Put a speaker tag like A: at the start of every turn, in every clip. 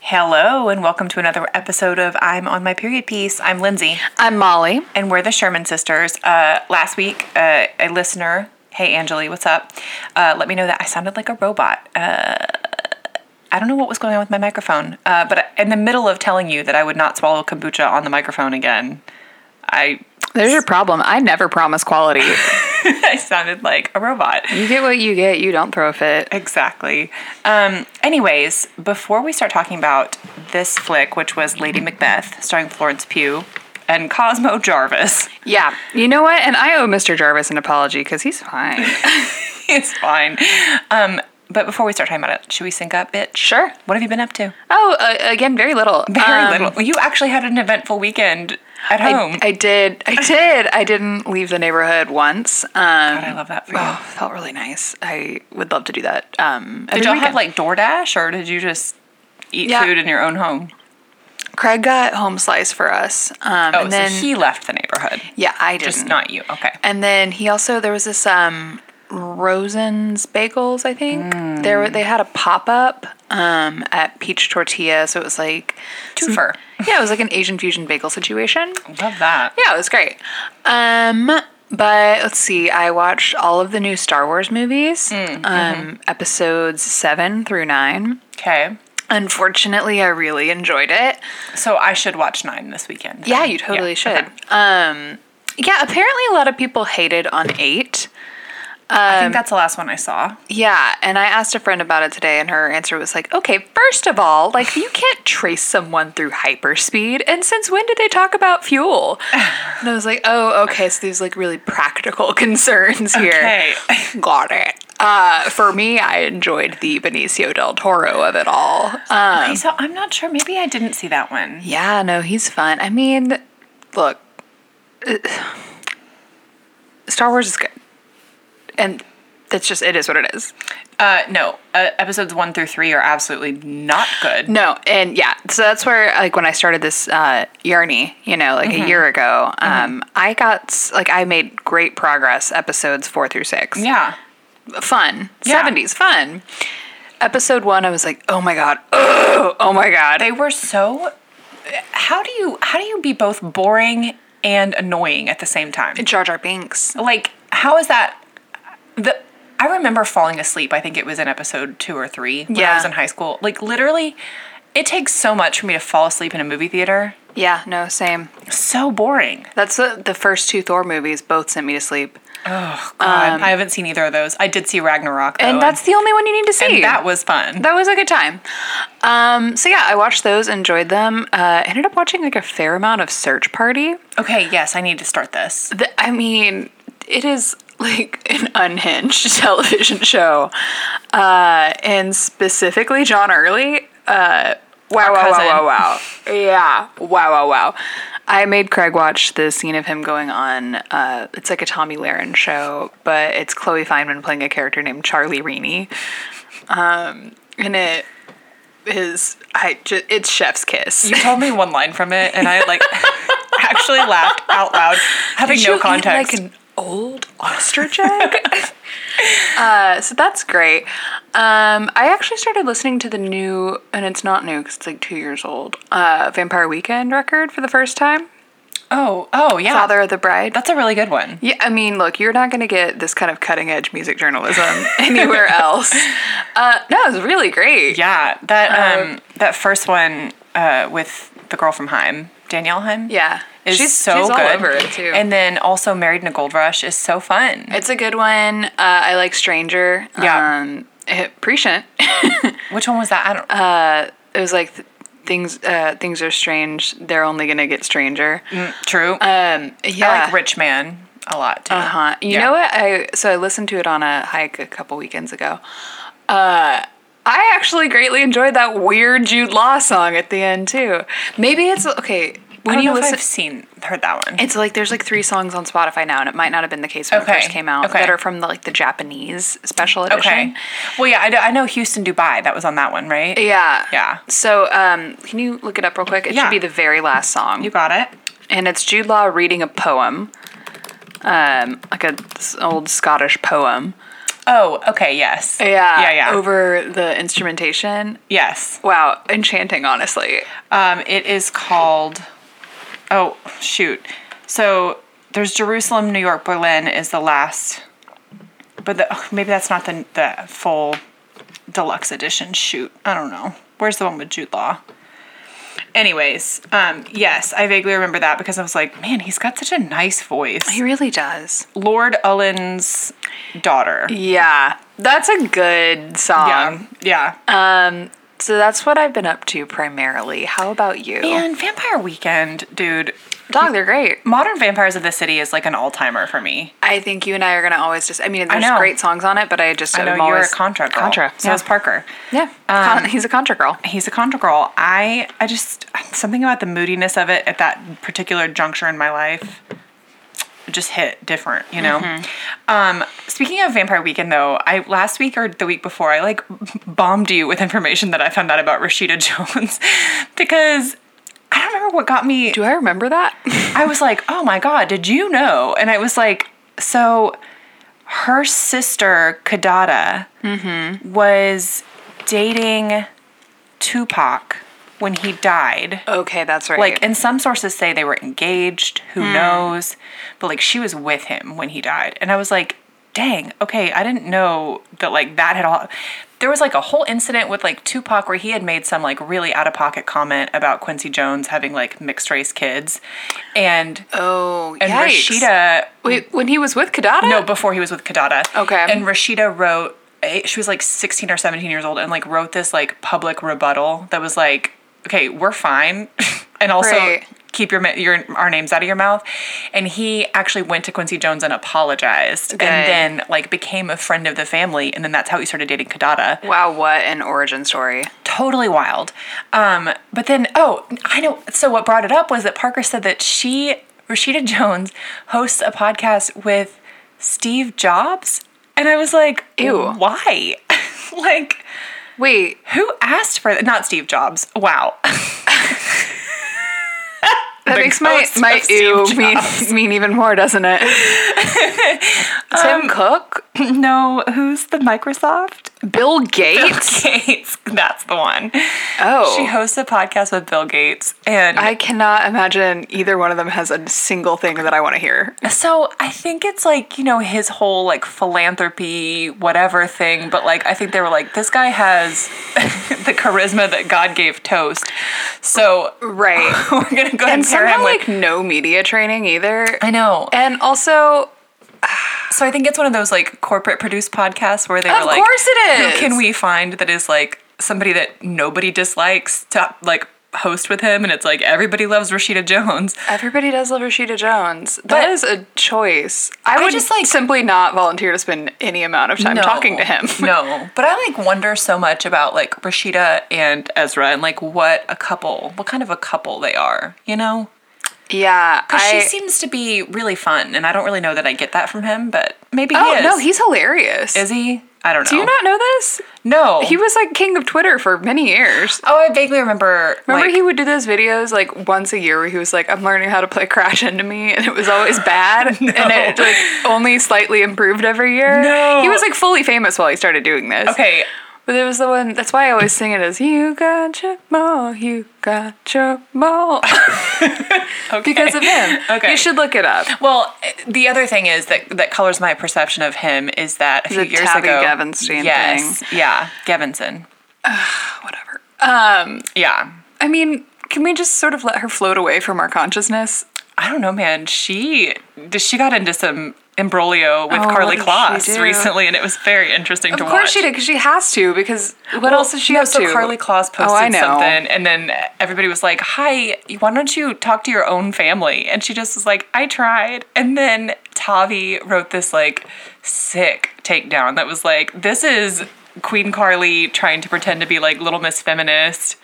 A: Hello, and welcome to another episode of I'm on my period piece. I'm Lindsay,
B: I'm Molly.
A: and we're the Sherman sisters. Uh, last week, uh, a listener, hey Angeli, what's up? Uh, let me know that I sounded like a robot. Uh, I don't know what was going on with my microphone, uh, but in the middle of telling you that I would not swallow kombucha on the microphone again, I
B: There's your problem. I never promise quality.
A: I sounded like a robot.
B: you get what you get. You don't throw a fit.
A: Exactly. Um, anyways, before we start talking about this flick, which was Lady Macbeth, starring Florence Pugh and Cosmo Jarvis,
B: Yeah. You know what? And I owe Mr. Jarvis an apology because he's fine.
A: it's fine. Um, but before we start talking about it, should we sync up, bitch?
B: Sure.
A: What have you been up to?
B: Oh, uh, again, very little.
A: Very
B: Um,
A: little. You actually had an eventful weekend at home.
B: I, I did. I did. I didn't leave the neighborhood once. Um,
A: I love that for you.
B: oh, felt really nice. I would love to do that. Um,
A: did y'all have like DoorDash or did you just eat
B: Yeah.
A: food in your own home?
B: Craig got home slice for us. Um,
A: Oh,
B: and then
A: so he left the neighborhood.
B: yeah, I didn't.
A: Just not you. Okay.
B: And then he also there was this um Rosen's bagels, I think. There were- they had a pop up um at Peach Tortilla, so it was like
A: Twofer.
B: yeah, it was like an Asian fusion bagel situation.
A: Love that.
B: Yeah, it was great. Um but let's see, I watched all of the new Star Wars movies, um episodes 7 through 9.
A: Okay.
B: Unfortunately, I really enjoyed it.
A: So I should watch Nine this weekend. then.
B: Yeah, you totally should.
A: okay.
B: Um yeah, apparently a lot of people hated on 8.
A: I
B: Um,
A: think that's the last one I saw.
B: Yeah, and I asked a friend about it today, and her answer was like, okay, first of all, like, you can't trace someone through hyperspeed. And since when did they talk about fuel? And I was like, oh, okay, so there's like really practical concerns here.
A: Okay.
B: Got it. Uh, for me, I enjoyed the Benicio del Toro of it all. Um,
A: Okay, so I'm not sure. Maybe I didn't see that one.
B: yeah, no, he's fun. I mean, look, Star Wars is good. And that's just, it is what it is.
A: Uh, no, uh, episodes one through three are absolutely not good.
B: No, and yeah, so that's where like when I started this uh, yarny, you know, like a year ago, um, I got s- like I made great progress episodes four through six.
A: Yeah.
B: fun
A: Yeah.
B: seventies fun. Episode one, I was like, oh my god, oh, oh my god,
A: They were so how do you how do you be both boring and annoying at the same time?
B: Jar Jar Binks.
A: Like how is that the I remember falling asleep. I think it was in episode 2 or 3 when I
B: Yeah.
A: was in high school. Like literally it takes so much for me to fall asleep in a movie theater.
B: Yeah, no, same.
A: So boring.
B: That's the, the first two Thor movies both sent me to sleep,
A: God, I haven't seen either of those. I did see Ragnarok though.
B: Um, and that's the only one you need to see.
A: Oh, and that was fun.
B: that was a good time. Um, so yeah, I watched those, enjoyed them. Uh, ended up watching like a fair amount of Search Party.
A: Okay, yes, I need to start this.
B: Th I mean, it is like an unhinged television show, uh, and specifically John Early. Uh, wow, wow,
A: cousin.
B: wow, wow, wow. Yeah, wow, wow, wow. I made Craig watch the scene of him going on. Uh, it's like a Tommy Lahren show, but it's Chloe Feynman playing a character named Charlie Reaney, um, and it is I just it's Chef's Kiss.
A: You told me one line from it, and I like actually laughed out loud, having
B: Did
A: no
B: you eat
A: context.
B: like an old ostrich egg. uh, so that's great. Um, I actually started listening to the new, and it's not new because it's like two years old. Uh, Vampire Weekend record for the first time.
A: oh, oh yeah,
B: Father of the Bride.
A: That's a really good one.
B: Yeah, I mean, look, you're not going to get this kind of cutting edge music journalism anywhere else. Uh, no, it's really great.
A: Yeah, that um, that first one uh, with the girl from Heim, Danielle Heim.
B: Yeah.
A: is
B: She's-
A: so
B: she's all
A: good.
B: over it, too.
A: And then also Married in a Gold Rush is so fun.
B: It's a good one. Uh, I like Stranger.
A: Yeah.
B: Um, eh, Prescient.
A: Which one was that? I don't.
B: Uh, it was like th- things uh, things are strange. They're only gonna get stranger.
A: true.
B: Um, yeah.
A: I Mm. like Rich Man a lot too.
B: Uh-huh. You
A: Yeah.
B: know what? I so I listened to it on a hike a couple weekends ago. Uh, I actually greatly enjoyed that weird Jude Law song at the end too. Maybe it's okay
A: I
B: when
A: don't
B: you
A: know if
B: listen.
A: I've seen heard that one.
B: It's like there's like three songs on Spotify now, and it might not have been the case when
A: Okay.
B: it first came out.
A: Okay.
B: That are from the, like the Japanese special edition.
A: okay. Well, yeah, I, do- I know Houston, Dubai. That was on that one, right?
B: Yeah.
A: Yeah.
B: So, um, can you look it up real quick? It
A: Yeah.
B: should be the very last song.
A: You got it.
B: and it's Jude Law reading a poem, um, like a s- old Scottish poem.
A: Oh, okay, yes.
B: Yeah.
A: Yeah, yeah.
B: Over the instrumentation.
A: yes.
B: Wow, enchanting, honestly.
A: Um, it is called. Oh shoot! So there's Jerusalem, New York, Berlin is the last, but the, oh, maybe that's not the the full deluxe edition. Shoot, I don't know. Where's the one with Jude Law? Anyways, um, yes, I vaguely remember that because I was like, man, he's got such a nice voice.
B: He really does.
A: Lord Ullin's daughter.
B: Yeah, that's a good song.
A: Yeah, yeah.
B: Um, So that's what I've been up to primarily. How about you?
A: and Vampire Weekend, dude.
B: Dog, they're great.
A: Modern Vampires of the City is like an all timer for me.
B: I think you and I are gonna always just. I mean, there's
A: know.
B: great songs on it, but I just
A: I know
B: am
A: you're a
B: always
A: Contra girl. Um,
B: Contra,
A: So
B: yeah.
A: is Parker.
B: Yeah, Con- he's a contra girl.
A: He's a Contra girl. I I just something about the moodiness of it at that particular juncture in my life just hit different, you know. Um, speaking of Vampire Weekend though, I last week or the week before I like bombed you with information that I found out about Rashida Jones because I don't remember what got me
B: Do I remember that?
A: I was like, oh my God, did you know? And I was like, so her sister, Kadada, was dating Tupac when he died.
B: okay, that's right.
A: Like, and some sources say they were engaged, who knows? But like, she was with him when he died. And I was like, dang, okay, I didn't know that like that had all. There was like a whole incident with like Tupac where he had made some like really out of pocket comment about Quincy Jones having like mixed race kids. And
B: oh,
A: and
B: yikes.
A: Rashida,
B: Wait, when he was with Kadada?
A: no, before he was with Kadada.
B: Okay.
A: And Rashida wrote, eh, she was like 16 or 17 years old and like wrote this like public rebuttal that was like, okay, we're fine. and also
B: Right.
A: keep your, ma- your, our names out of your mouth. And he actually went to Quincy Jones and apologized
B: Good.
A: and then like became a friend of the family. And then that's how he started dating Kadada
B: Wow, what an origin story.
A: totally wild. Um, but then, oh, I know. So what brought it up was that Parker said that she, Rashida Jones, hosts a podcast with Steve Jobs, and I was like,
B: Ew.
A: why? like,
B: Wait,
A: who asked for that? Not Steve Jobs. Wow.
B: that
A: The
B: makes my,
A: ghost
B: my
A: of Steve
B: ew mean, mean even more, doesn't it? Tim
A: Um,
B: Cook?
A: no, who's the Microsoft?
B: Bill Gates?
A: Gates. That's the one.
B: Oh.
A: She hosts a podcast with Bill Gates, and
B: I cannot imagine either one of them has a single thing that I want to hear.
A: So I think it's like, you know, his whole like philanthropy, whatever thing, but like I think they were like, this guy has the charisma that God gave Toast. So
B: Right.
A: we're gonna go ahead
B: and
A: and pair him
B: somehow,
A: with
B: like, no media training either.
A: I know.
B: And also,
A: So I think it's one of those like corporate produced podcasts where they
B: Of
A: were like
B: course it is!"
A: Who can we find that is like somebody that nobody dislikes to like host with him and it's like everybody loves Rashida Jones.
B: everybody does love Rashida Jones. That
A: But-
B: is a choice. I would
A: just,
B: just
A: like-
B: like simply not volunteer to spend any amount of time
A: No.
B: talking to him.
A: no, but I like wonder so much about like Rashida and Ezra and like what a couple, what kind of a couple they are, you know?
B: Yeah,
A: she
B: I,
A: seems to be really fun, and I don't really know that I get that from him, but maybe
B: Oh
A: he is.
B: no, he's hilarious.
A: is Oh. he? I don't know.
B: Do you not know this?
A: No,
B: He was like king of Twitter for many years.
A: Oh, I vaguely remember.
B: Remember
A: like,
B: he would do those videos like once a year where he was like, "I'm learning how to play Crash into me," and it was always bad, and it like only slightly improved every year.
A: No.
B: he was like fully famous while he started doing this.
A: Okay,
B: but it was the one. That's why I always sing it as "You got your ball, you got your ball," because of him.
A: Okay.
B: you should look it up.
A: Well, the other thing is that that colors my perception of him is that a few
B: The
A: years
B: Tabby
A: ago,
B: Gavenstein
A: yes, yeah, Gevinson,
B: Whatever. Um,
A: yeah.
B: I mean, can we just sort of let her float away from our consciousness?
A: I don't know, man. She she got into some imbroglio with
B: Oh,
A: Carly
B: what did she
A: Kloss
B: do?
A: recently, and it was very interesting to watch.
B: Of course she did, because she has to. Because what else is she
A: no,
B: up
A: so
B: to?
A: Carly Kloss posted
B: Oh, I know.
A: something, and then everybody was like, "Hi, why don't you talk to your own family?" And she just was like, "I tried." And then Tavi wrote this like sick takedown that was like, "This is Queen Carly trying to pretend to be like Little Miss Feminist,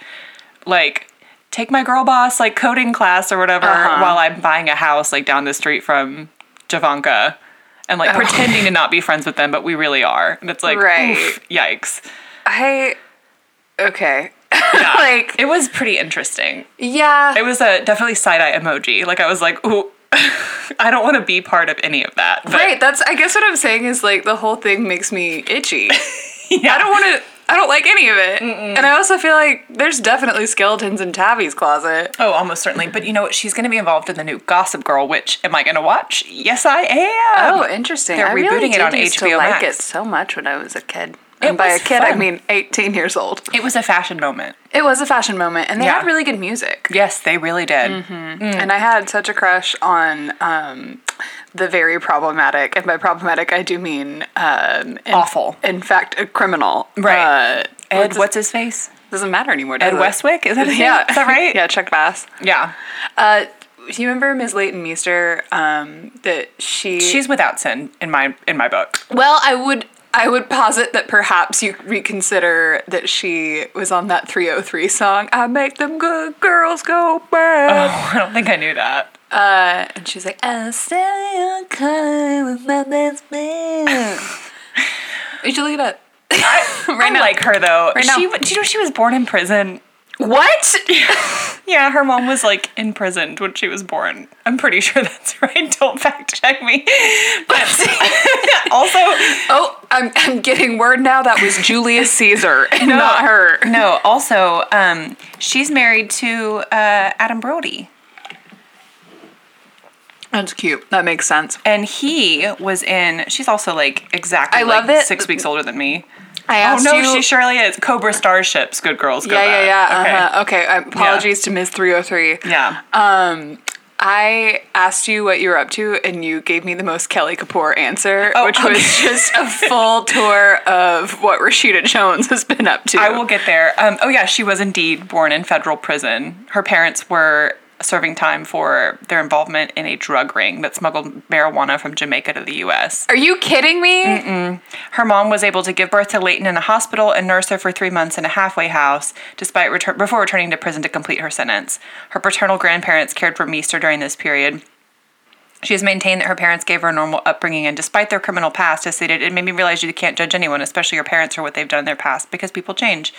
A: like." Take my girl boss like coding class or whatever
B: Uh-huh.
A: while I'm buying a house like down the street from Javanka and like pretending to not be friends with them, but we really are. And it's like,
B: Oh. Right.
A: oof, yikes.
B: I okay. like
A: It was pretty interesting.
B: yeah,
A: It was a definitely side eye emoji. Like I was like, ooh, I don't want to be part of any of that. But
B: Right. That's I guess what I'm saying is like the whole thing makes me itchy.
A: yeah.
B: I don't want to. I don't like any of it. And I also feel like there's definitely skeletons in Tabby's closet.
A: Oh, almost certainly. But you know what? She's going to be involved in the new Gossip Girl, which am I going to watch? Yes, I am.
B: Oh, interesting.
A: they're
B: I really
A: rebooting it
B: did
A: on
B: used to
A: HBO
B: like
A: Max.
B: it so much when I was a kid.
A: It
B: and by
A: was
B: a kid, I
A: fun.
B: mean 18 years old.
A: It was a fashion moment.
B: It was a fashion moment, and they
A: Yeah.
B: had really good music.
A: Yes, they really did. Mm.
B: And I had such a crush on um, the very problematic, and by problematic, I do mean um, in-
A: Awful.
B: In fact, a criminal.
A: Right.
B: Uh,
A: Ed, what's,
B: what's,
A: his face?
B: doesn't matter anymore. Does
A: Ed
B: it?
A: Westwick? Is that his
B: Yeah,
A: name? Is that right?
B: yeah, Chuck Bass.
A: Yeah.
B: Uh, do you remember Ms. Leighton Meester? Um, that she
A: She's without sin in my in my book.
B: well. I would I would posit that perhaps you reconsider that she was on that 303 song. I make them good girls go bad.
A: Oh, I don't think I knew that.
B: Uh, and she's like, I stay on color with my best man. you should look it up.
A: I
B: right now.
A: like her though.
B: Right now.
A: she, do you know she was born in prison?
B: What?
A: Yeah, her mom was like imprisoned when she was born. I'm pretty sure that's right. Don't fact check me. But also,
B: oh, I'm, I'm getting word now that was Julius Caesar and not her.
A: no. Also, um, she's married to uh, Adam Brody,
B: That's cute. That makes sense.
A: and he was in. She's also like exactly.
B: I love
A: like,
B: it.
A: Six weeks older than me.
B: I
A: Oh
B: asked
A: no,
B: you.
A: she surely is. Cobra Starships. Good girls. Go
B: yeah, yeah, yeah.
A: back.
B: Okay. Uh-huh. Okay. uh, Apologies to Ms. 303.
A: Yeah.
B: Um, I asked you what you were up to, and you gave me the most Kelly Kapoor answer, which
A: okay.
B: was just a full tour of what Rashida Jones has been up to.
A: I will get there. Um, oh yeah, she was indeed born in federal prison. Her parents were serving time for their involvement in a drug ring that smuggled marijuana from Jamaica to the U.S.
B: Are you kidding me?
A: Her mom was able to give birth to Leighton in a hospital and nurse her for three months in a halfway house, despite retur- before returning to prison to complete her sentence. Her paternal grandparents cared for Meester during this period. She has maintained that her parents gave her a normal upbringing, and despite their criminal past, has stated, "It made me realize you can't judge anyone, especially your parents or what they've done in their past, because people change."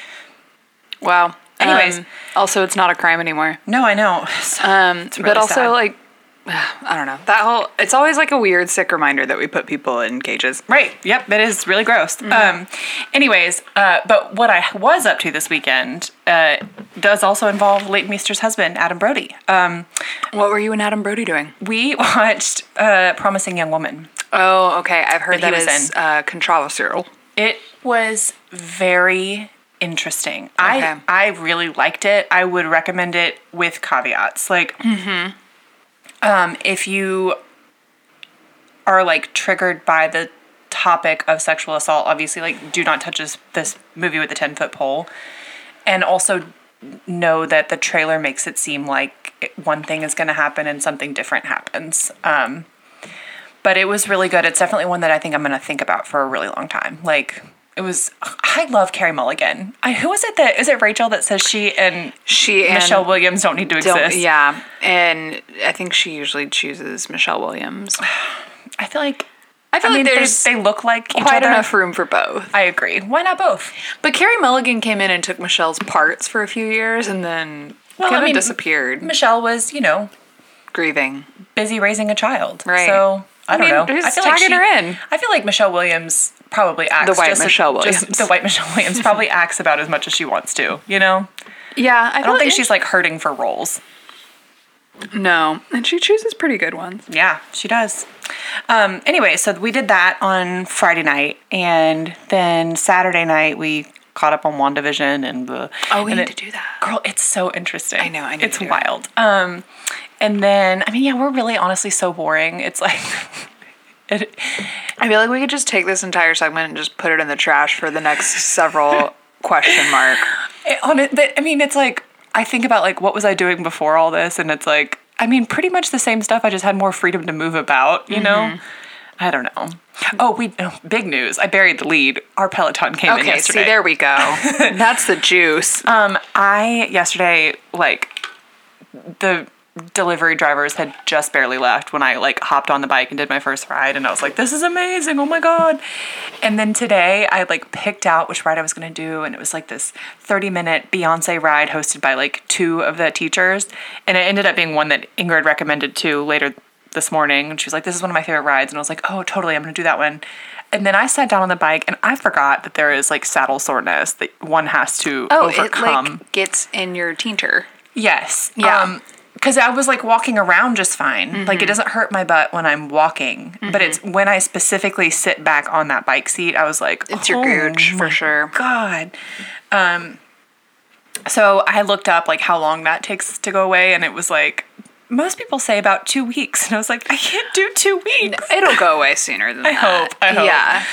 B: Wow.
A: Anyways.
B: Um, also, it's not a crime anymore.
A: No, I know. So-
B: Um, but
A: really
B: also,
A: sad.
B: like, I don't know. That whole it's always like a weird sick reminder that we put people in cages.
A: Right. Yep. It is really gross.
B: Mm-hmm.
A: Um, anyways, uh, but what I was up to this weekend uh, does also involve late Meester's husband, Adam Brody. Um,
B: What were you and Adam Brody doing?
A: we watched uh, Promising Young Woman.
B: Oh, okay. I've heard
A: That
B: that
A: he
B: is
A: was in.
B: uh, controversial.
A: It was very interesting.
B: Okay.
A: I I really liked it. I would recommend it with caveats. Like, um, if you are like triggered by the topic of sexual assault, obviously, like, do not touch this this movie with a ten foot pole, and also know that the trailer makes it seem like it- one thing is going to happen and something different happens. Um, but it was really good. It's definitely one that I think I'm going to think about for a really long time. Like it was. I love Carrie Mulligan. I, who is it that is it Rachel that says she and
B: She and
A: Michelle Williams don't need to
B: Don't-
A: exist?
B: yeah, and I think she usually chooses Michelle Williams.
A: I feel like
B: I feel
A: I mean
B: like
A: they,
B: there's
A: they look like each
B: quite
A: other.
B: enough room for both.
A: I agree. Why not both?
B: But Carrie Mulligan came in and took Michelle's parts for a few years, and then
A: Well,
B: kind
A: I
B: of
A: mean,
B: disappeared,
A: Michelle was you know
B: grieving.
A: busy raising a child.
B: Right.
A: So I don't
B: mean,
A: know.
B: who's
A: I feel
B: tagging her in?
A: I feel like Michelle Williams probably acts
B: white
A: just as-
B: Michelle
A: just-
B: Williams.
A: the white Michelle Williams probably acts about as much as she wants to. You know,
B: Yeah, I,
A: I don't think she's like hurting for roles.
B: no, and she chooses pretty good ones.
A: Yeah, she does. Um, anyway, so we did that on Friday night, and then Saturday night we caught up on Wandavision and the.
B: Oh, we
A: and
B: need
A: it-
B: to do that.
A: Girl, it's so interesting.
B: I know, I need
A: it's
B: to do it.
A: wild. Um, and then I mean, yeah, we're really honestly so boring. It's like. It,
B: I feel like we could just take this entire segment and just put it in the trash for the next several question mark.
A: it, on it, but, I mean, it's like I think about like what was I doing before all this, and it's like I mean, pretty much the same stuff. I just had more freedom to move about, you know.
B: Mm-hmm.
A: I don't know. Oh, we oh, big news! I buried the lead. Our Peloton came in
B: Okay,
A: yesterday.
B: see, there we go. That's the juice.
A: Um, I yesterday like the delivery drivers had just barely left when I like hopped on the bike and did my first ride and I was like this is amazing oh my god and then today I like picked out which ride I was going to do and it was like this 30 minute Beyonce ride hosted by like two of the teachers and it ended up being one that Ingrid recommended to later this morning and she was like, This is one of my favorite rides. And I was like, Oh, totally, I'm gonna do that one. And then I sat down on the bike and I forgot that there is like saddle soreness that one has to
B: Oh,
A: overcome.
B: it like gets in your teenter.
A: Yes.
B: Yeah. Mm-hmm.
A: because I was like walking around just fine. Like it doesn't hurt my butt when I'm walking, but it's when I specifically sit back on that bike seat, I was like, "Oh
B: It's your gooch for sure.
A: God. Um, so I looked up like how long that takes to go away, and it was like most people say about two weeks, and I was like, I can't do two weeks.
B: It'll go away sooner than I
A: hope, I hope.
B: Yeah.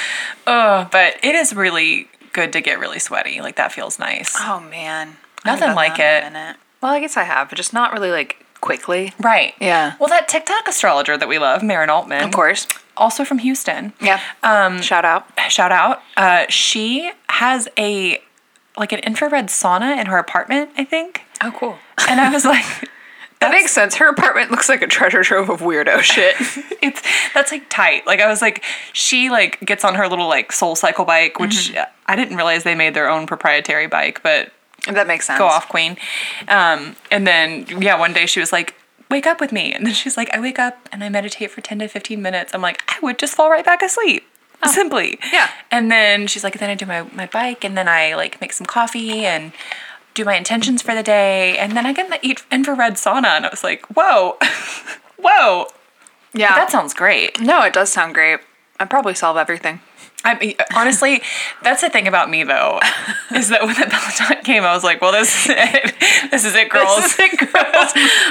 A: Oh, but it is really good to get really sweaty. Like that feels nice.
B: Oh man. I
A: Nothing
B: haven't done
A: like
B: that in a
A: it.
B: minute. Well, I guess I have, but just not really like quickly.
A: Right.
B: Yeah.
A: Well, that TikTok astrologer that we love, Marin Altman,
B: Of course.
A: also from Houston.
B: Yeah. Um. Shout out.
A: shout out. Uh, she has a like an infrared sauna in her apartment, I think.
B: Oh, cool.
A: And I was like,
B: That makes sense. Her apartment looks like a treasure trove of weirdo shit.
A: it's that's like tight. Like I was like, she like gets on her little like soul cycle bike, which I didn't realize they made their own proprietary bike, but
B: that makes sense.
A: go off queen. Um, and then yeah, one day she was like, wake up with me. And then she's like, I wake up and I meditate for 10 to 15 minutes. I'm like, I would just fall right back asleep. Simply.
B: Yeah.
A: And then she's like, then I do my, my bike and then I like make some coffee and do my intentions for the day. And then I get in the eat infrared sauna. And I was like, whoa, whoa,
B: Yeah.
A: that sounds great.
B: no, it does sound great. I probably solve everything.
A: I mean, honestly, that's the thing about me though, is that when the Peloton came, I was like, well, this is it. This is it, girls.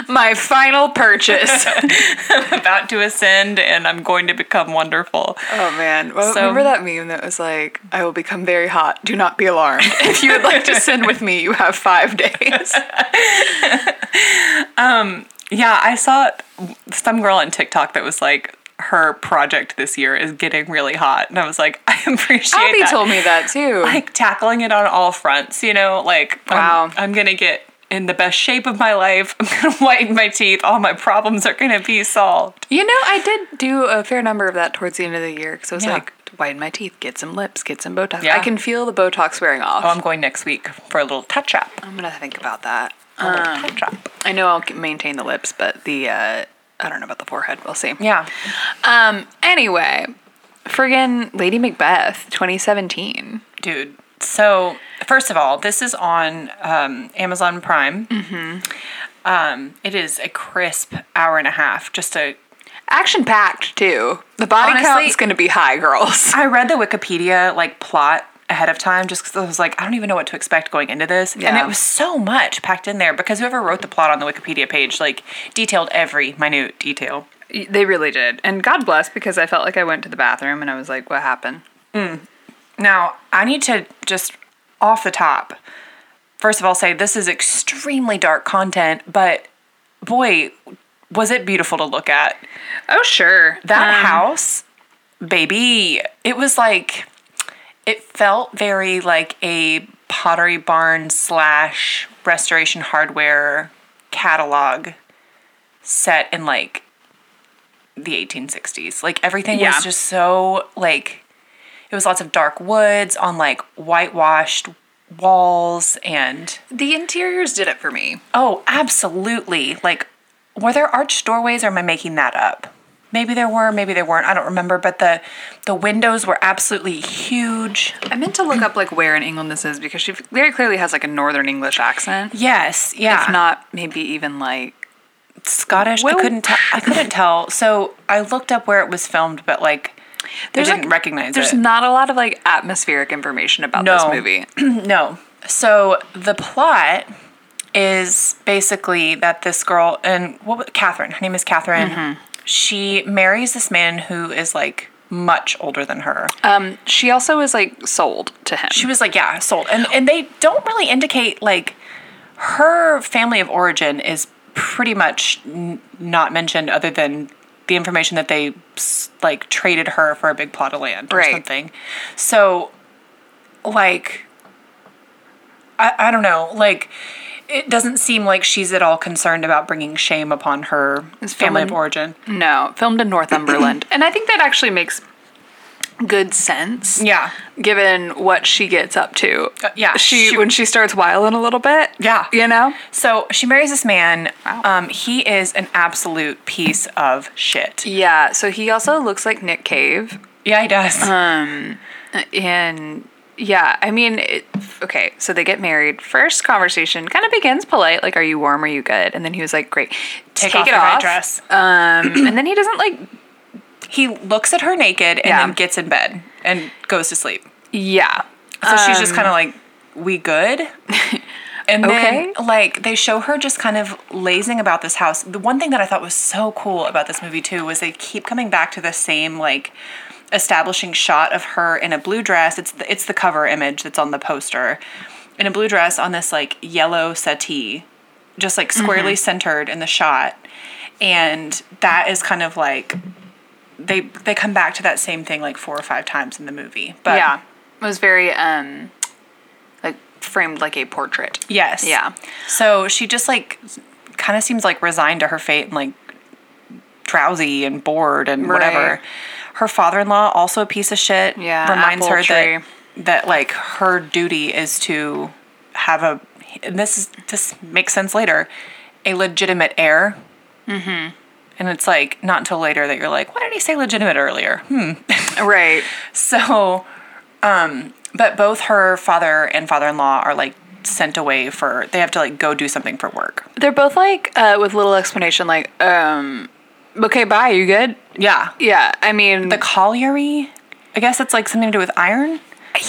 B: My final purchase.
A: about to ascend and I'm going to become wonderful.
B: oh man. Well,
A: So-
B: remember that meme that was like, "I will become very hot. Do not be alarmed. If you would like to send with me, you have five days."
A: Yeah, I saw some girl on TikTok that was like, her project this year is getting really hot. And I was like, I appreciate
B: Abby
A: that.
B: told me that too.
A: like tackling it on all fronts, you know, like I'm-
B: Wow.
A: I'm, gonna get in the best shape of my life. I'm gonna whiten my teeth. All my problems are gonna be solved.
B: You know, I did do a fair number of that towards the end of the year because I was
A: Yeah.
B: like, whiten my teeth, get some lips, get some Botox.
A: Yeah.
B: I can feel the Botox wearing off.
A: I'm going next week for a little touch up.
B: I'm gonna think about that.
A: A little
B: Uh,
A: touch up.
B: I know I'll maintain the lips, but the uh, I don't know about the forehead. We'll see.
A: Yeah.
B: Um. Anyway, friggin' Lady Macbeth, 2017.
A: dude. So first of all, this is on um, Amazon Prime. Mm-hmm. Um, it is a crisp hour and a half. Just a.
B: Action packed too. The body
A: Honestly-
B: count's gonna be high, girls.
A: I read the Wikipedia like plot ahead of time just because I was like, I don't even know what to expect going into this, and
B: Yeah.
A: it was so much packed in there because whoever wrote the plot on the Wikipedia page like detailed every minute detail.
B: They really did, and God bless because I felt like I went to the bathroom and I was like, "What happened?"
A: Now, I need to just off the top, first of all, say this is extremely dark content, but boy, was it beautiful to look at.
B: Oh sure,
A: That
B: Um,
A: house, baby, it was like, it felt very like a pottery barn slash restoration hardware catalog set in like the 1860s. Like everything
B: Yeah.
A: was just so like, it was lots of dark woods on like whitewashed walls and
B: The interiors did it for me.
A: Oh, absolutely. Like, were there arched doorways, or am I making that up? Maybe there were, maybe there weren't. I don't remember. But the the windows were absolutely huge.
B: I meant to look up like where in England this is because she very clearly has like a northern English accent.
A: Yes, yeah.
B: If not, maybe even like
A: Scottish. I couldn't. T- I couldn't tell. So I looked up where it was filmed, but like, I didn't
B: like,
A: recognize
B: There's
A: it.
B: not a lot of like atmospheric information about
A: No.
B: this movie.
A: no. So the plot is basically that this girl and what was, Catherine, her name is Catherine.
B: Mm-hmm.
A: She marries this man who is like much older than her.
B: Um, she also is like sold to him.
A: she was like, yeah, sold. And and they don't really indicate like her family of origin is pretty much n- not mentioned other than the information that they s- like traded her for a big plot of land or
B: Right.
A: something. So like I, I don't know, like it doesn't seem like she's at all concerned about bringing shame upon her family of
B: someone-
A: origin.
B: no, filmed in Northumberland, and I think that actually makes good sense.
A: Yeah.
B: Given what she gets up to.
A: Uh, yeah,
B: She
A: she-
B: when she starts wilding a little bit.
A: Yeah.
B: You know?
A: So she marries this man.
B: Wow.
A: Um, he is an absolute piece of shit.
B: Yeah. So he also looks like Nick Cave.
A: Yeah, he does.
B: Uh, And yeah, I mean, it, okay, so they get married. First conversation kind of begins polite, like, "Are you warm? Are you good?" And then he was like, "Great, take,
A: off
B: it
A: your red
B: off."
A: dress.
B: Um, and then he doesn't like,
A: he looks at her naked and
B: Yeah.
A: then gets in bed and goes to sleep.
B: yeah,
A: So she's just kind of like, "We good?" And then,
B: Um, Okay.
A: like, they show her just kind of lazing about this house. The one thing that I thought was so cool about this movie, too, was they keep coming back to the same, like, establishing shot of her in a blue dress. It's the, it's the cover image that's on the poster. In a blue dress on this, like, yellow settee, just, like, squarely
B: Mm-hmm.
A: centered in the shot. And that is kind of like. They, they come back to that same thing like four or five times in the movie. But
B: yeah, it was very um, like framed like a portrait.
A: Yes.
B: Yeah.
A: So she just like kind of seems like resigned to her fate and like drowsy and bored and
B: Right.
A: whatever. Her father-in-law also a piece of shit.
B: Yeah,
A: Reminds
B: apple
A: her
B: tree.
A: that that like her duty is to have a and this is this makes sense later a legitimate heir. Mm-hmm. And it's like not until later that you're like, why did he say legitimate earlier? Hmm.
B: Right.
A: So, um, but both her father and father in law are like sent away for, they have to like go do something for work.
B: They're both like uh, with little explanation, like, um, "Okay, bye. You good?"
A: Yeah.
B: Yeah, I mean,
A: The colliery, I guess it's like something to do with iron.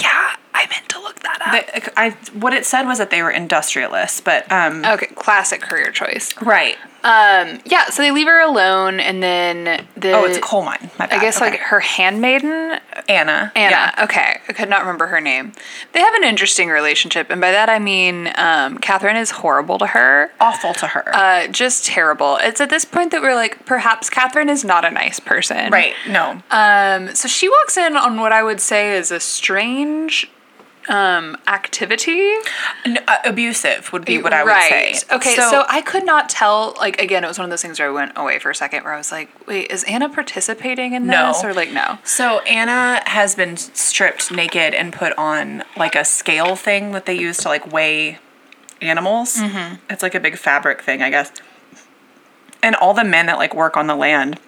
B: yeah, I meant to look that up.
A: But I, what it said was that they were industrialists, but, um,
B: okay, classic career choice.
A: right.
B: Um, yeah, so they leave her alone, and then the
A: Oh, it's a coal mine. My bad.
B: I guess
A: Okay.
B: like her handmaiden
A: Anna.
B: Anna. Okay, I could not remember her name. They have an interesting relationship, and by that I mean um, Catherine is horrible to her.
A: Awful to her.
B: Uh, just terrible. It's at this point that we're like, perhaps Catherine is not a nice person.
A: right. No.
B: Um, so she walks in on what I would say is a strange um, activity.
A: N- uh, abusive would be what I would
B: right.
A: say.
B: Okay, so, I could not tell. Like again, it was one of those things where I went away for a second, where I was like, "Wait, is Anna participating in
A: No.
B: this?" Or like, no.
A: So Anna has been stripped naked and put on like a scale thing that they use to like weigh animals.
B: Mm-hmm.
A: It's like a big fabric thing, I guess. And all the men that like work on the land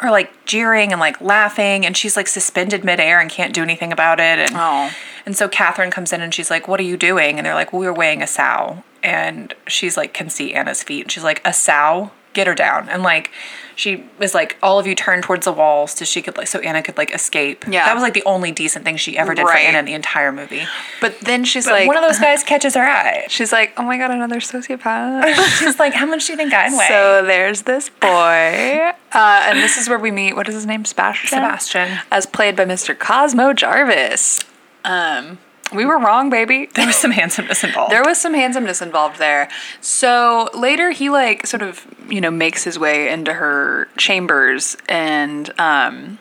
A: are like jeering and like laughing, and she's like suspended midair and can't do anything about it. And
B: Oh.
A: and so Catherine comes in and she's like, "What are you doing?" And they're like, "We were weighing a sow." And she's like, can see Anna's feet. And she's like, "A sow? Get her down!" And like, she was like, "All of you turn towards the walls so she could like so Anna could like escape."
B: Yeah.
A: that was like the only decent thing she ever did for
B: Right.
A: Anna in the entire movie.
B: But then she's
A: But
B: like,
A: one of those guys catches her eye.
B: She's like, oh my god, another sociopath.
A: She's like, "How much do you think I weigh?"
B: so there's this boy, uh, and this is where we meet. What is his name? Sebastian.
A: Sebastian.
B: as played by Mr. Cosmo Jarvis. Um, we were wrong, baby.
A: there was some handsomeness involved.
B: There was some handsomeness involved there. So later, he like sort of you know makes his way into her chambers, and um,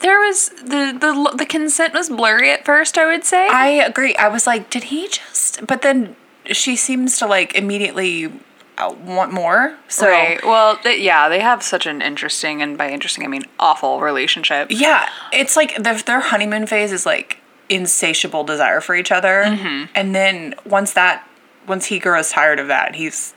B: there was the the the consent was blurry at first. I would say.
A: I agree. I was like, "Did he just?" But then she seems to like immediately uh, want more. So.
B: Right. Well, th- yeah, they have such an interesting, and by interesting, I mean awful relationship.
A: Yeah, it's like the, their honeymoon phase is like insatiable desire for each other,
B: Mm-hmm.
A: and then once that, once he grows tired of that, he's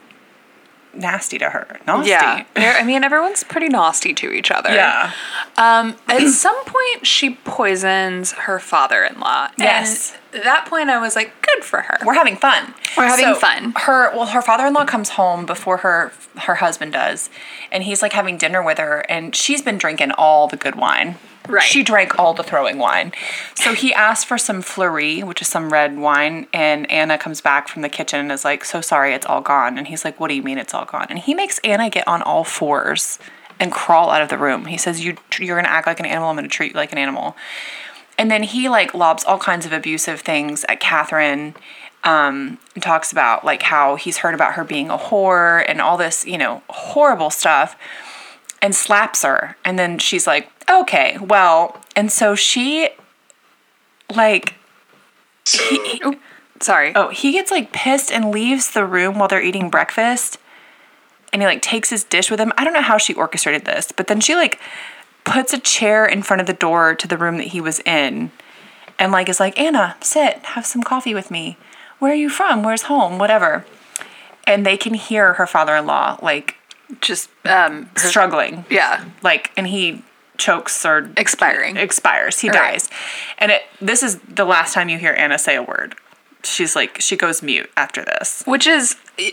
A: nasty to her. Nasty.
B: Yeah. They're- I mean, everyone's pretty nasty to each other.
A: Yeah.
B: Um, at some point, she poisons her father in law.
A: Yes.
B: And at that point, I was like, good for her.
A: We're having fun.
B: We're having fun.
A: Her well, her father-in-law comes home before her her husband does, and he's like having dinner with her, and she's been drinking all the good wine.
B: Right.
A: She drank all the throwing wine. So he asked for some fleury, which is some red wine, and Anna comes back from the kitchen and is like, "So sorry, it's all gone." And he's like, "What do you mean it's all gone?" And he makes Anna get on all fours and crawl out of the room. He says, "You you're going to act like an animal. I'm going to treat you like an animal." And then he like lobs all kinds of abusive things at Catherine. Um, and talks about like how he's heard about her being a whore and all this, you know, horrible stuff and slaps her. And then she's like, okay, well. And so she, like,
B: Sorry.
A: oh, he gets like pissed and leaves the room while they're eating breakfast. And he like takes his dish with him. I don't know how she orchestrated this, but then she like puts a chair in front of the door to the room that he was in and like is like anna sit have some coffee with me where are you from where's home whatever and they can hear her father-in-law like
B: Just um, her-
A: struggling
B: yeah,
A: like and he chokes or
B: expiring.
A: expires he
B: Right.
A: dies and it this is the last time you hear anna say a word she's like she goes mute after this
B: which is a,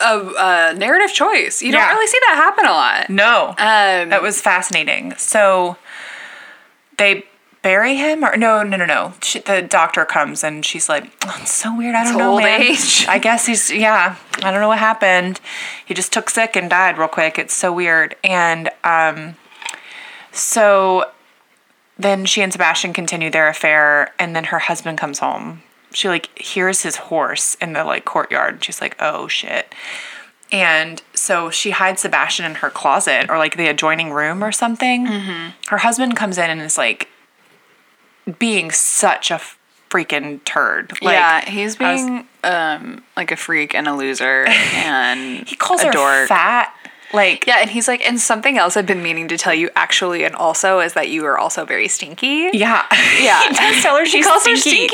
B: a, a narrative choice. You
A: Yeah.
B: don't really see that happen a lot.
A: no
B: Um,
A: That was fascinating. So they bury him, or no, no, no, no. She, the doctor comes and she's like, oh, "It's so weird. I don't know,
B: old
A: man.
B: age."
A: I guess he's yeah. I don't know what happened. He just took sick and died real quick. It's so weird." And um, so then she and Sebastian continue their affair, and then her husband comes home. She like hears his horse in the like courtyard. She's like, "Oh shit." And so she hides Sebastian in her closet or like the adjoining room or something.
B: Mm-hmm.
A: Her husband comes in and is like being such a freaking turd. Oh, Like,
B: yeah, he's
A: I was-
B: being um, like a freak and a loser and
A: he calls
B: a
A: her
B: dork.
A: fat. Like,
B: Yeah, and he's like, and something else I've been meaning to tell you actually, and also is that you are also very stinky.
A: yeah.
B: Yeah.
A: he does tell her she's
B: he calls
A: stinky.
B: her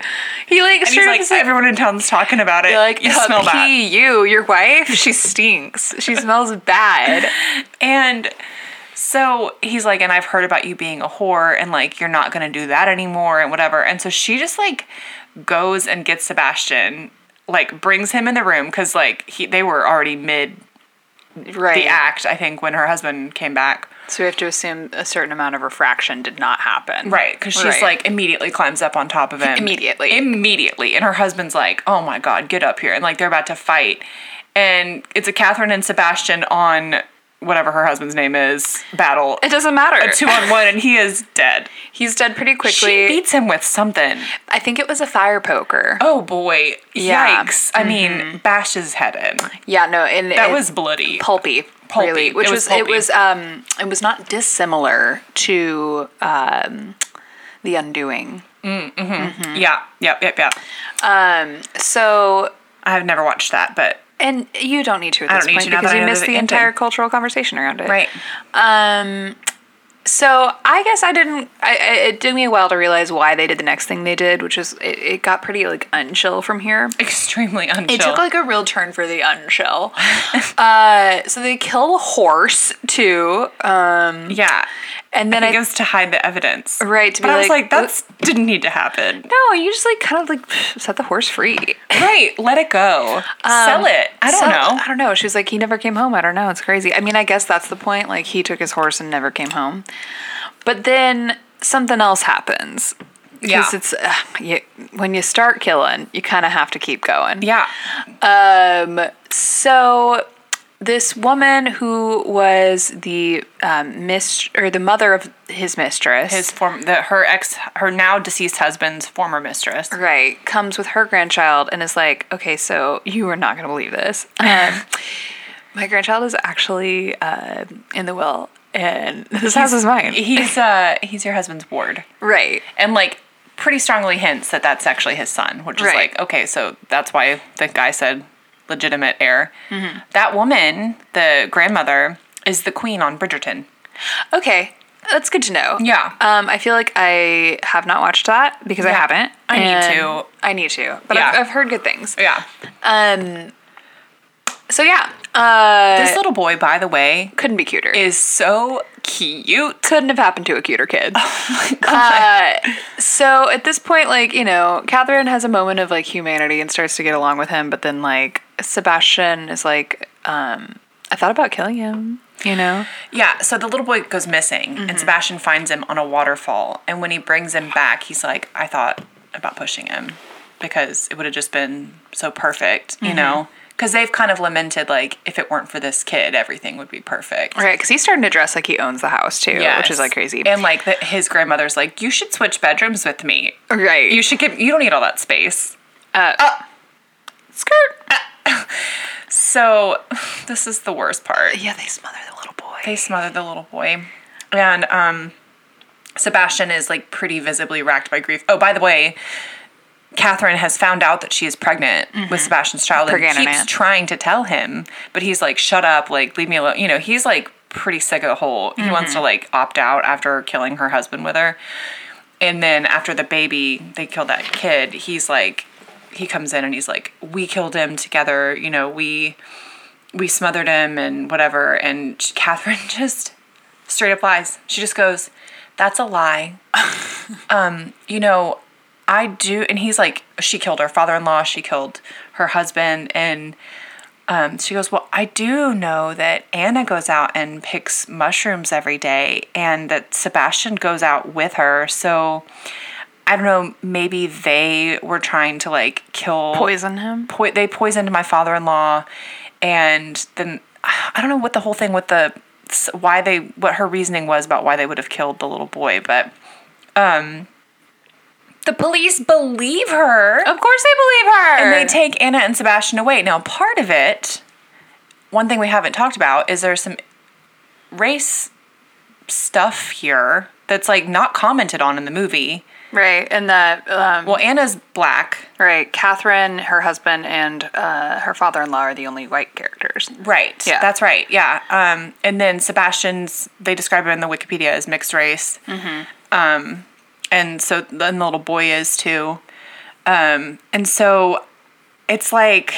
B: stinky. He like
A: And he's
B: straight up
A: like,
B: is like,
A: everyone in town's talking about it.
B: like
A: you
B: "Yup,
A: smell bad.
B: he, you, your wife, she stinks. She smells bad.
A: And so he's like, and I've heard about you being a whore and like you're not gonna do that anymore and whatever. And so she just like goes and gets Sebastian, like brings him in the room because like he they were already mid
B: Right.
A: the act, I think, when her husband came back.
B: So we have to assume a certain amount of refraction did not happen.
A: Right, because she's
B: Right.
A: like immediately climbs up on top of him.
B: Immediately.
A: Immediately. And her husband's like, oh my God, get up here. And like they're about to fight. And it's a Catherine and Sebastian on whatever her husband's name is battle.
B: It doesn't matter.
A: a two on one, and he is dead.
B: He's dead pretty
A: She
B: quickly.
A: beats him with something.
B: I think it was a fire poker.
A: Oh boy.
B: Yeah.
A: Yikes. I mean, bash his head in.
B: Yeah, no, and
A: That
B: it-
A: was bloody.
B: pulpy,
A: Pulpy.
B: really,
A: It
B: which
A: was
B: was, it
A: pulpy.
B: was um it was not dissimilar to um the undoing.
A: Yeah. Yep. Yep. Yep.
B: Um so
A: I've never watched that, but
B: and you don't need to at
A: don't
B: this
A: need
B: point
A: to now
B: because
A: that I
B: you
A: know
B: missed
A: the
B: the entire
A: ending.
B: cultural conversation around it. Um, so I guess I didn't. I, I, it took me a while to realize why they did the next thing they did, which is it, it got pretty like unchill from here.
A: Extremely unchill.
B: It took like a real turn for the unchill. uh, so they kill the horse too, um,
A: yeah.
B: and then
A: He
B: I,
A: goes to hide the evidence.
B: Right, to
A: but
B: be
A: I was
B: like,
A: like, that's didn't need to happen.
B: no, you just like kind of like set the horse free.
A: right. Let it go.
B: Um,
A: Sell it. I don't
B: So-
A: know.
B: I don't know. She was like, he never came home. I don't know. It's crazy. I mean, I guess that's the point. Like, he took his horse and never came home. But then something else happens. Because
A: Yeah.
B: it's uh, you, when you start killing, you kind of have to keep going.
A: Yeah.
B: Um, so this woman who was the um, mist or the mother of his mistress,
A: His form the her ex her now deceased husband's former mistress.
B: Right. Comes with her grandchild and is like, okay, so you are not going to believe this. Um, my grandchild is actually uh, in the will, and this house is mine.
A: He's uh he's your husband's ward.
B: right.
A: and like pretty strongly hints that that's actually his son, which is
B: Right.
A: like okay, so that's why the guy said legitimate heir. That woman, the grandmother, is the queen on Bridgerton.
B: Okay. That's good to know.
A: Yeah.
B: Um, I feel like I have not watched that because I
A: Yeah.
B: haven't.
A: I need
B: and
A: to.
B: I need to. But
A: Yeah.
B: I've, I've heard good things.
A: Yeah,
B: Um, so, yeah. Uh,
A: this little boy, by the way,
B: couldn't be cuter.
A: is so cute.
B: couldn't have happened to a cuter kid. Oh Uh, so at this point, like, you know, Catherine has a moment of like humanity and starts to get along with him, but then like Sebastian is like, um, I thought about killing him, you know?
A: Yeah, so the little boy goes missing, and Sebastian finds him on a waterfall. And when he brings him back, he's like, I thought about pushing him because it would have just been so perfect, you know? Because they've kind of lamented, like, if it weren't for this kid, everything would be perfect.
B: Right, because he's starting to dress like he owns the house too, which
A: Yes.
B: is like crazy.
A: And like the, his grandmother's like, you should switch bedrooms with me.
B: right.
A: You should give. You don't need all that space.
B: Uh,
A: Uh,
B: skirt.
A: So, this is the worst part.
B: Yeah, they smother the little boy.
A: They smothered the little boy, and um, Sebastian is like pretty visibly racked by grief. Oh, by the way, Catherine has found out that she is pregnant with Sebastian's child and
B: Pregnant.
A: keeps trying to tell him, but he's like, "Shut up! Like, leave me alone." You know, he's like pretty hole. He wants to like opt out after killing her husband with her. And then after the baby, they killed that kid. He's like, he comes in and he's like, we killed him together. You know, we we smothered him and whatever. And Catherine just straight up lies. She just goes, "That's a lie." um, you know, I do. And he's like, she killed her father-in-law. She killed her husband and. Um, she goes, Well, I do know that Anna goes out and picks mushrooms every day, and that Sebastian goes out with her. So I don't know, maybe they were trying to like kill
B: Poison him?
A: po- they poisoned my father-in-law and then i don't know what the whole thing with the why they what her reasoning was about why they would have killed the little boy but um the police believe her
B: Of course they believe her.
A: and they take Anna and Sebastian away. Now, part of it, one thing we haven't talked about is there's some race stuff here that's like not commented on in the movie.
B: right, and the um,
A: Well, Anna's black,
B: right, Catherine, her husband, and uh, her father-in-law are the only white characters.
A: right?
B: Yeah.
A: that's right. Yeah. Um, and then Sebastian's they describe him in the Wikipedia as mixed race. Mm-hmm. Um, and so then the little boy is too. Um, and so it's like.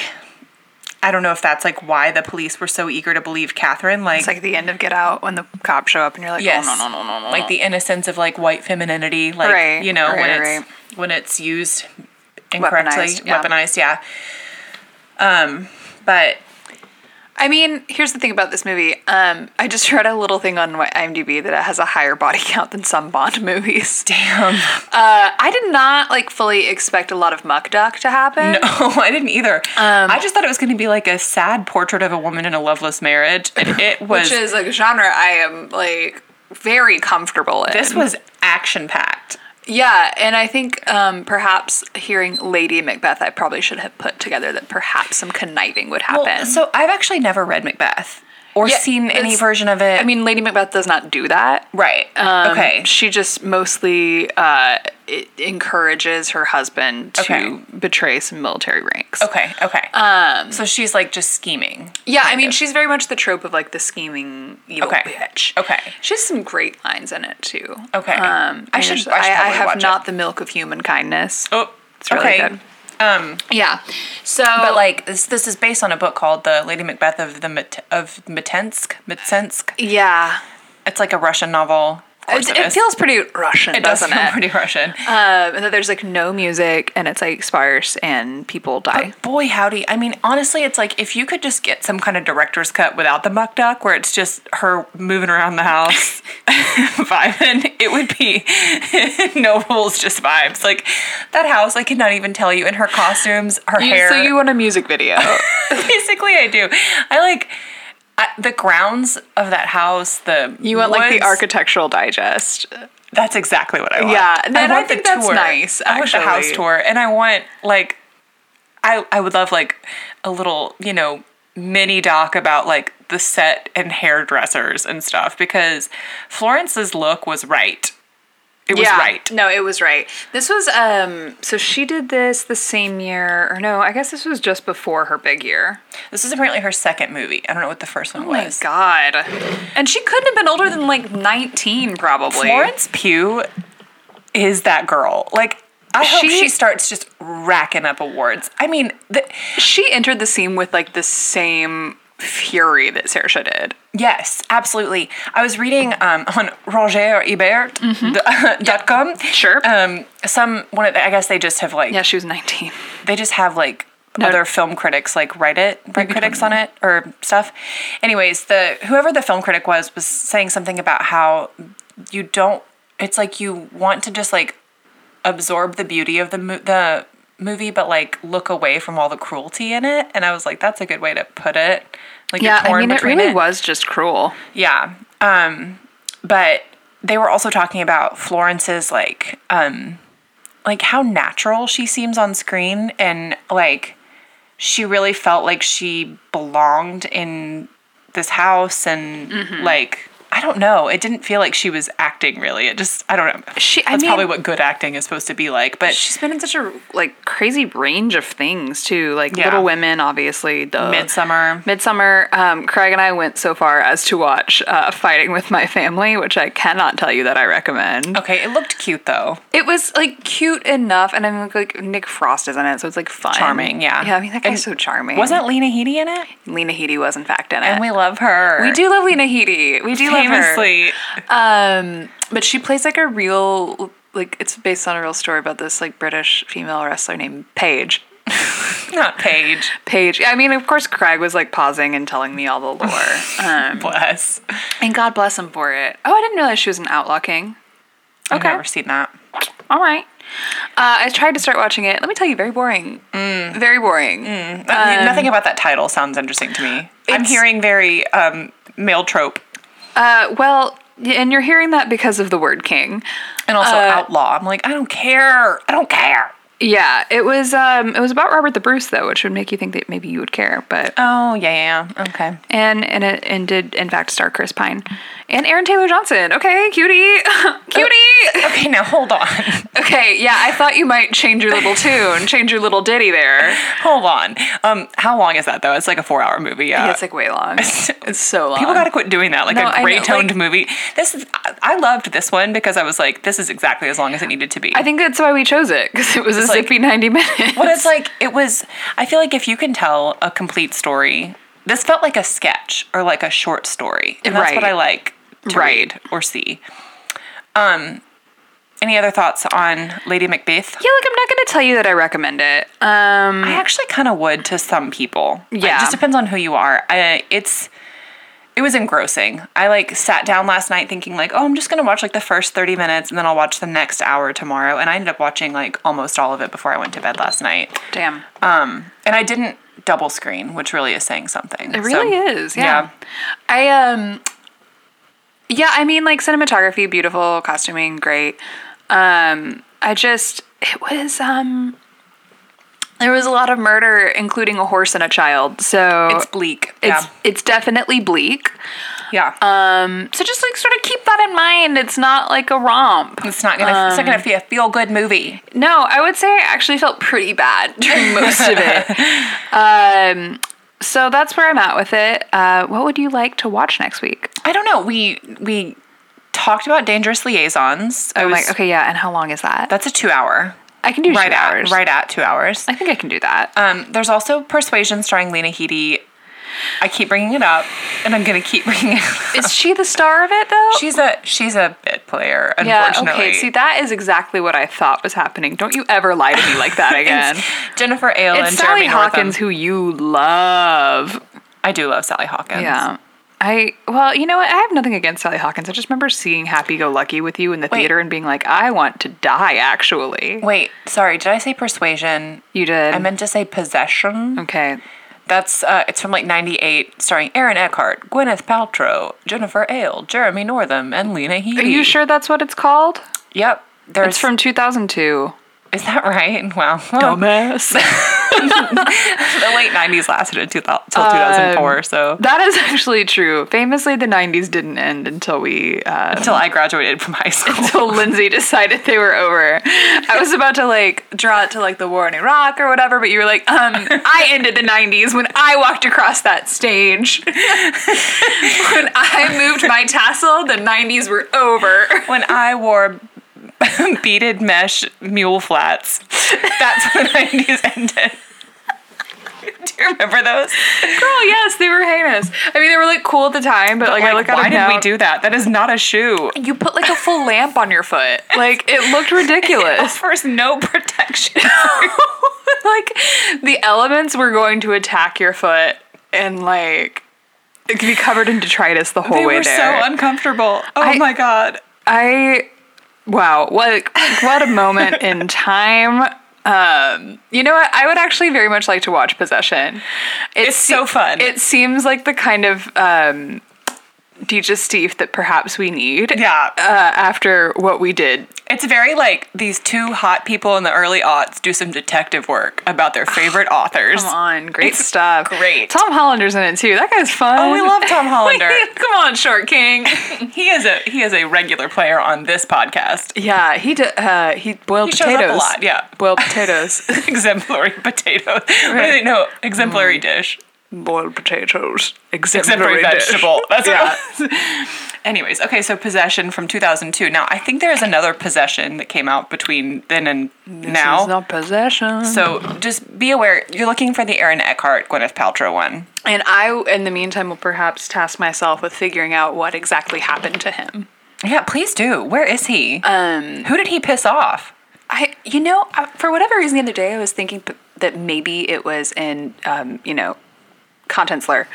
A: I don't know if that's like why the police were so eager to believe Catherine. Like,
B: It's like the end of Get Out when the cops show up and you're like,
A: Yes.
B: oh no no no no no.
A: like the innocence of like white femininity, like
B: Right,
A: you know when
B: right,
A: it's
B: right.
A: when it's used incorrectly,
B: Weaponized, yeah.
A: weaponized, yeah. Um, but
B: I mean, here's the thing about this movie. Um, I just read a little thing on my IMDb that it has a higher body count than some Bond movies.
A: damn,
B: Uh, I did not like fully expect a lot of muck duck to happen.
A: no, I didn't either. I just thought it was going to be like a sad portrait of a woman in a loveless marriage, and it was.
B: Which is like a genre I am like very comfortable in.
A: this was action packed.
B: yeah, and I think um, perhaps hearing Lady Macbeth, I probably should have put together that perhaps some conniving would happen.
A: Well, so I've actually never read Macbeth or
B: Yeah,
A: seen any
B: it's-
A: version of it.
B: I mean, Lady Macbeth does not do that.
A: right?
B: Um,
A: okay,
B: She just mostly uh, i- encourages her husband to
A: Okay.
B: betray some military ranks.
A: okay, okay. Um, so she's like just scheming.
B: Yeah, I mean, she's very much the trope of like the scheming evil
A: Okay.
B: bitch.
A: Okay.
B: She has some great lines in it too.
A: Okay.
B: Um,
A: I
B: I
A: should-
B: should.
A: I
B: I,
A: should
B: I
A: probably watch
B: have
A: it.
B: not the milk of human kindness.
A: Oh, Um,
B: It's really good. Yeah. So,
A: But like this, this is based on a book called The Lady Macbeth of the Mat- of Matensk, Mitsensk.
B: yeah,
A: It's like a Russian novel. Of course
B: it,
A: it,
B: it
A: is.
B: feels pretty Russian,
A: it does
B: doesn't
A: sound
B: it?
A: pretty Russian.
B: um, and that there's like no music, and it's like sparse, and people die.
A: Boy howdy. I mean, honestly, it's like if you could just get some kind of director's cut without the muck duck where it's just her moving around the house vibing, it would be no rules, just vibes. Like that house, I could not even tell you in her costumes, her
B: Oh, You-
A: hair.
B: so you want a music video?
A: Basically, I do. I like I, the grounds of that house. The
B: You want like the
A: woods.
B: architectural digest.
A: That's exactly what I want.
B: Yeah, and I
A: want the
B: think that's nice,
A: I want the house
B: actually.
A: tour, and I want like, I I would love like a little you know mini doc about like the set and hairdressers and stuff because Florence's look was right. It was right.
B: No, it was right. This was um so she did this the same year or no, I guess this was just before her big year.
A: This is apparently her second movie. I don't know what the first one
B: Oh My
A: was.
B: god. And she couldn't have been older than like 19 probably.
A: Florence Pugh is that girl. Like, I hope
B: She-
A: she starts just racking up awards. I mean, the,
B: She entered the scene with like the same fury that Saoirse did.
A: yes, absolutely. I was reading um, on RogerEbert.com. uh, dot com.
B: Mm-hmm. Sure.
A: Um, some one of the, I guess they just have like
B: Yeah, she was 19.
A: they just have like other film critics like write it write critics on it or stuff anyways the whoever the film critic was was saying something about how you don't it's like you want to just like absorb the beauty of the mo- the movie but like look away from all the cruelty in it and i was like that's a good way to put it like
B: Yeah,
A: you're
B: I
A: torn
B: mean it
A: between
B: really was just cruel.
A: yeah. Um, but they were also talking about Florence's like um like how natural she seems on screen and like she really Mm-hmm. felt like she belonged in this house and like I don't know. It didn't feel like she was acting really. It just I don't know.
B: She- I
A: That's
B: mean-
A: probably what good acting is supposed to be like. But
B: She's been in such a like crazy range of things too, like
A: Yeah.
B: Little Women, obviously, duh.
A: Midsummer.
B: Midsummer. Um, Craig and I went so far as to watch uh, Fighting with My Family, which I cannot tell you that I recommend.
A: Okay, it looked cute though.
B: It was like cute enough, and I mean, like Nick Frost is in it, so it's like fun,
A: Charming, yeah.
B: Yeah, I mean that guy's
A: And
B: so charming.
A: Wasn't Lena Headey in it?
B: Lena Headey was in fact in it?
A: And we love her.
B: We do love Lena Headey. We
A: famously.
B: do love her. Um, but she plays like a real like it's based on a real story about this like British female wrestler named Paige.
A: Not Paige.
B: Paige. I mean, of course, Craig was like pausing and telling me all the lore, um,
A: Bless.
B: and God bless him for it. Oh, I didn't realize she was an outlaw king.
A: I've
B: Okay.
A: never seen that.
B: All right. Uh, I tried to start watching it. Let me tell you, very boring.
A: Mm.
B: Very boring.
A: Uh, Nothing about that title sounds interesting to me. I'm
B: Um, it's-
A: hearing very um, male trope
B: Uh, well, and you're hearing that because of the word king.
A: and also
B: Uh,
A: outlaw. I'm like, I don't care. I don't care.
B: Yeah, it was. Um, it was about Robert the Bruce though, which would make you think that maybe you would care, but
A: Oh yeah, yeah. Okay.
B: and and it and did in fact star Chris Pine and Aaron Taylor Johnson. Okay, cutie, cutie.
A: Okay, now hold on.
B: Okay, yeah, I thought you might change your little tune, change your little ditty there.
A: hold on. Um, how long is that though? It's like a four hour movie. Yeah.
B: it's like way long.
A: Uh, it's
B: so long.
A: People got to quit doing that. Like
B: No, I
A: a
B: know,
A: great toned
B: like-
A: movie. This is, I- I loved this one because I was like, this is exactly as long as it needed to be.
B: I think that's why we chose it because it was a
A: like-
B: zippy ninety minutes.
A: Well, it's like it was. I feel like if you can tell a complete story, this felt like a sketch or like a short story, and that's what
B: Right.
A: I like to
B: Right.
A: read or see. Um, any other thoughts on Lady Macbeth?
B: Yeah, look, I'm not going to tell you that I recommend it. Um,
A: I actually kind of would to some people.
B: Yeah.
A: it just depends on who you are. I, it's it was engrossing. I like sat down last night thinking like, oh, I'm just gonna watch like the first thirty minutes, and then I'll watch the next hour tomorrow. And I ended up watching like almost all of it before I went to bed last night.
B: damn,
A: And I didn't double screen, which really is saying something.
B: it really is. Yeah. I um, yeah, I mean, like cinematography, beautiful, costuming, great. Um, I just it was um, there was a lot of murder, including a horse and a child. So
A: It's bleak.
B: it's um, it's definitely bleak.
A: yeah. Yeah.
B: So just like sort of keep that in mind. It's not like a romp.
A: it's not gonna it's not
B: um,
A: gonna be a feel good movie.
B: No, I would say I actually felt pretty bad during most of it. Um, so that's where I'm at with it. Uh, what would you like to watch next week?
A: I don't know. We we talked about dangerous liaisons. I
B: I'm
A: was
B: like, okay, yeah, and how long is that?
A: that's a two hour.
B: I can do
A: Right
B: two
A: at
B: hours.
A: right at two hours.
B: I think I can do that.
A: Um, there's also Persuasion starring Lena Headey. I keep bringing it up, and I'm gonna keep bringing it. up.
B: is she the star of it though?
A: She's a she's a bit player.
B: yeah,
A: Unfortunately,
B: okay. See, that is exactly what I thought was happening. Don't you ever lie to me like that again.
A: It's Jennifer Ayle
B: it's
A: and
B: Sally
A: Jeremy
B: Hawkins,
A: Northam.
B: who you love.
A: I do love Sally Hawkins.
B: Yeah. I well, you know what? I have nothing against Sally Hawkins. I just remember seeing Happy Go Lucky with you in the
A: Wait.
B: theater and being like, I want to die. Actually,
A: Wait, sorry. Did I say Persuasion?
B: you did.
A: I meant to say Possession.
B: okay.
A: That's uh, it's from like '98, starring Aaron Eckhart, Gwyneth Paltrow, Jennifer Ayle, Jeremy Northam, and Lena Headey.
B: Are you sure that's what it's called?
A: Yep. There's
B: It's from 2002.
A: Is that right? Wow.
B: Dumbass.
A: the late '90s lasted until 2004. so
B: that is actually true. Famously, the 90s didn't end until we uh,
A: until I graduated from high school.
B: until Lindsay decided they were over. I was about to like draw it to like the war in Iraq or whatever, but you were like, um, I ended the 90s when I walked across that stage. when I moved my tassel, the 90s were over.
A: when I wore beaded mesh mule flats. That's when the 90s ended. Do you remember those?
B: Girl, yes, they were heinous. I mean, they were like cool at the time, but like, I look at
A: why
B: them
A: did
B: now.
A: we do that? That is not a shoe.
B: You put like a full lamp on your foot. Like it looked ridiculous.
A: Offers no protection.
B: like the elements were going to attack your foot and like it could be covered in detritus the whole
A: they
B: way
A: were
B: there.
A: so uncomfortable. Oh
B: I-
A: my god.
B: I wow, what what a moment in time. Um, you know what? I would actually very much like to watch Possession. It
A: It's so fun.
B: It seems like the kind of um, Deja Steve that perhaps we need.
A: Yeah.
B: Uh, after what we did.
A: It's very like these two hot people in the early aughts do some detective work about their favorite authors.
B: Come on, great stuff.
A: great.
B: Tom Hollander's in it too. That guy's fun.
A: Oh, we love Tom Hollander.
B: Come on, Short King.
A: he is a he is a regular player on this podcast.
B: yeah, he d- uh, he boiled
A: He shows up a
B: potatoes
A: lot, yeah.
B: boiled potatoes.
A: exemplary potatoes. What do they know? Exemplary
B: Mm.
A: dish.
B: boiled potatoes.
A: Exemplary
B: dish.
A: vegetable. That's
B: Yeah.
A: yeah. Anyways, okay, so Possession from 2002. Now, I think there is another Possession that came out between then and now.
B: It's not possession.
A: so just be aware, you're looking for the Aaron Eckhart, Gwyneth Paltrow one.
B: And I, in the meantime, will perhaps task myself with figuring out what exactly happened to him.
A: Yeah, please do. Where is he?
B: Um,
A: Uh, Who did he piss off?
B: I, you know, I, for whatever reason, the other day I was thinking p- that maybe it was in, um, you know, content slur,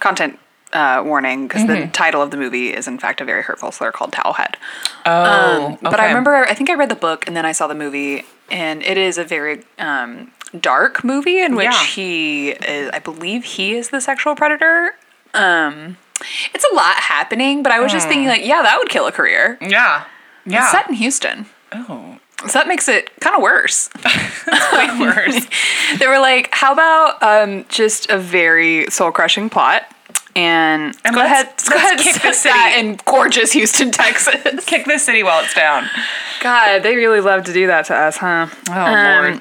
B: content uh, warning, because
A: Mm-hmm.
B: the title of the movie is in fact a very hurtful slur called Towelhead.
A: Oh,
B: But I remember, I think I read the book and then I saw the movie, and it is a very um, dark movie in which
A: Yeah.
B: he is, I believe he is the sexual predator. Um, it's a lot happening, but I was just
A: Hmm.
B: thinking, like, yeah, that would kill a career.
A: Yeah. Yeah.
B: Set in Houston.
A: oh,
B: So that makes it kind of worse.
A: way worse.
B: They were like, how about um, just a very soul crushing plot? And,
A: And
B: go
A: let's-
B: ahead, go
A: let's
B: ahead and
A: kick
B: set
A: the city.
B: that in gorgeous Houston, Texas.
A: Kick this city while it's down.
B: God, they really love to do that to us, huh?
A: Oh, Lord.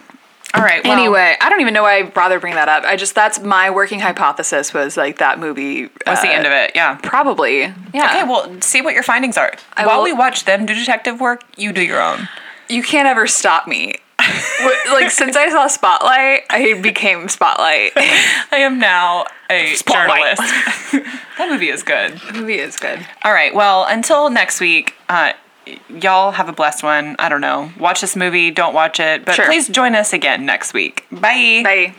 A: All right. Well,
B: Um, Anyway, I don't even know why I bother bringing that up. I just that's my working hypothesis was like that movie. uh,
A: that's the end of it. uh, Yeah.
B: Probably. Yeah.
A: Okay, well, see what your findings are.
B: I
A: While
B: will-
A: we watch them do detective work, you do your own.
B: you can't ever stop me. Wh- like since I saw Spotlight, I became Spotlight.
A: I am now a
B: Spotlight.
A: journalist. that movie is good.
B: the movie is good.
A: All right, well, until next week, uh, y- y'all have a blessed one. I don't know. Watch this movie, don't watch it, but
B: Sure.
A: please join us again next week. Bye.
B: Bye.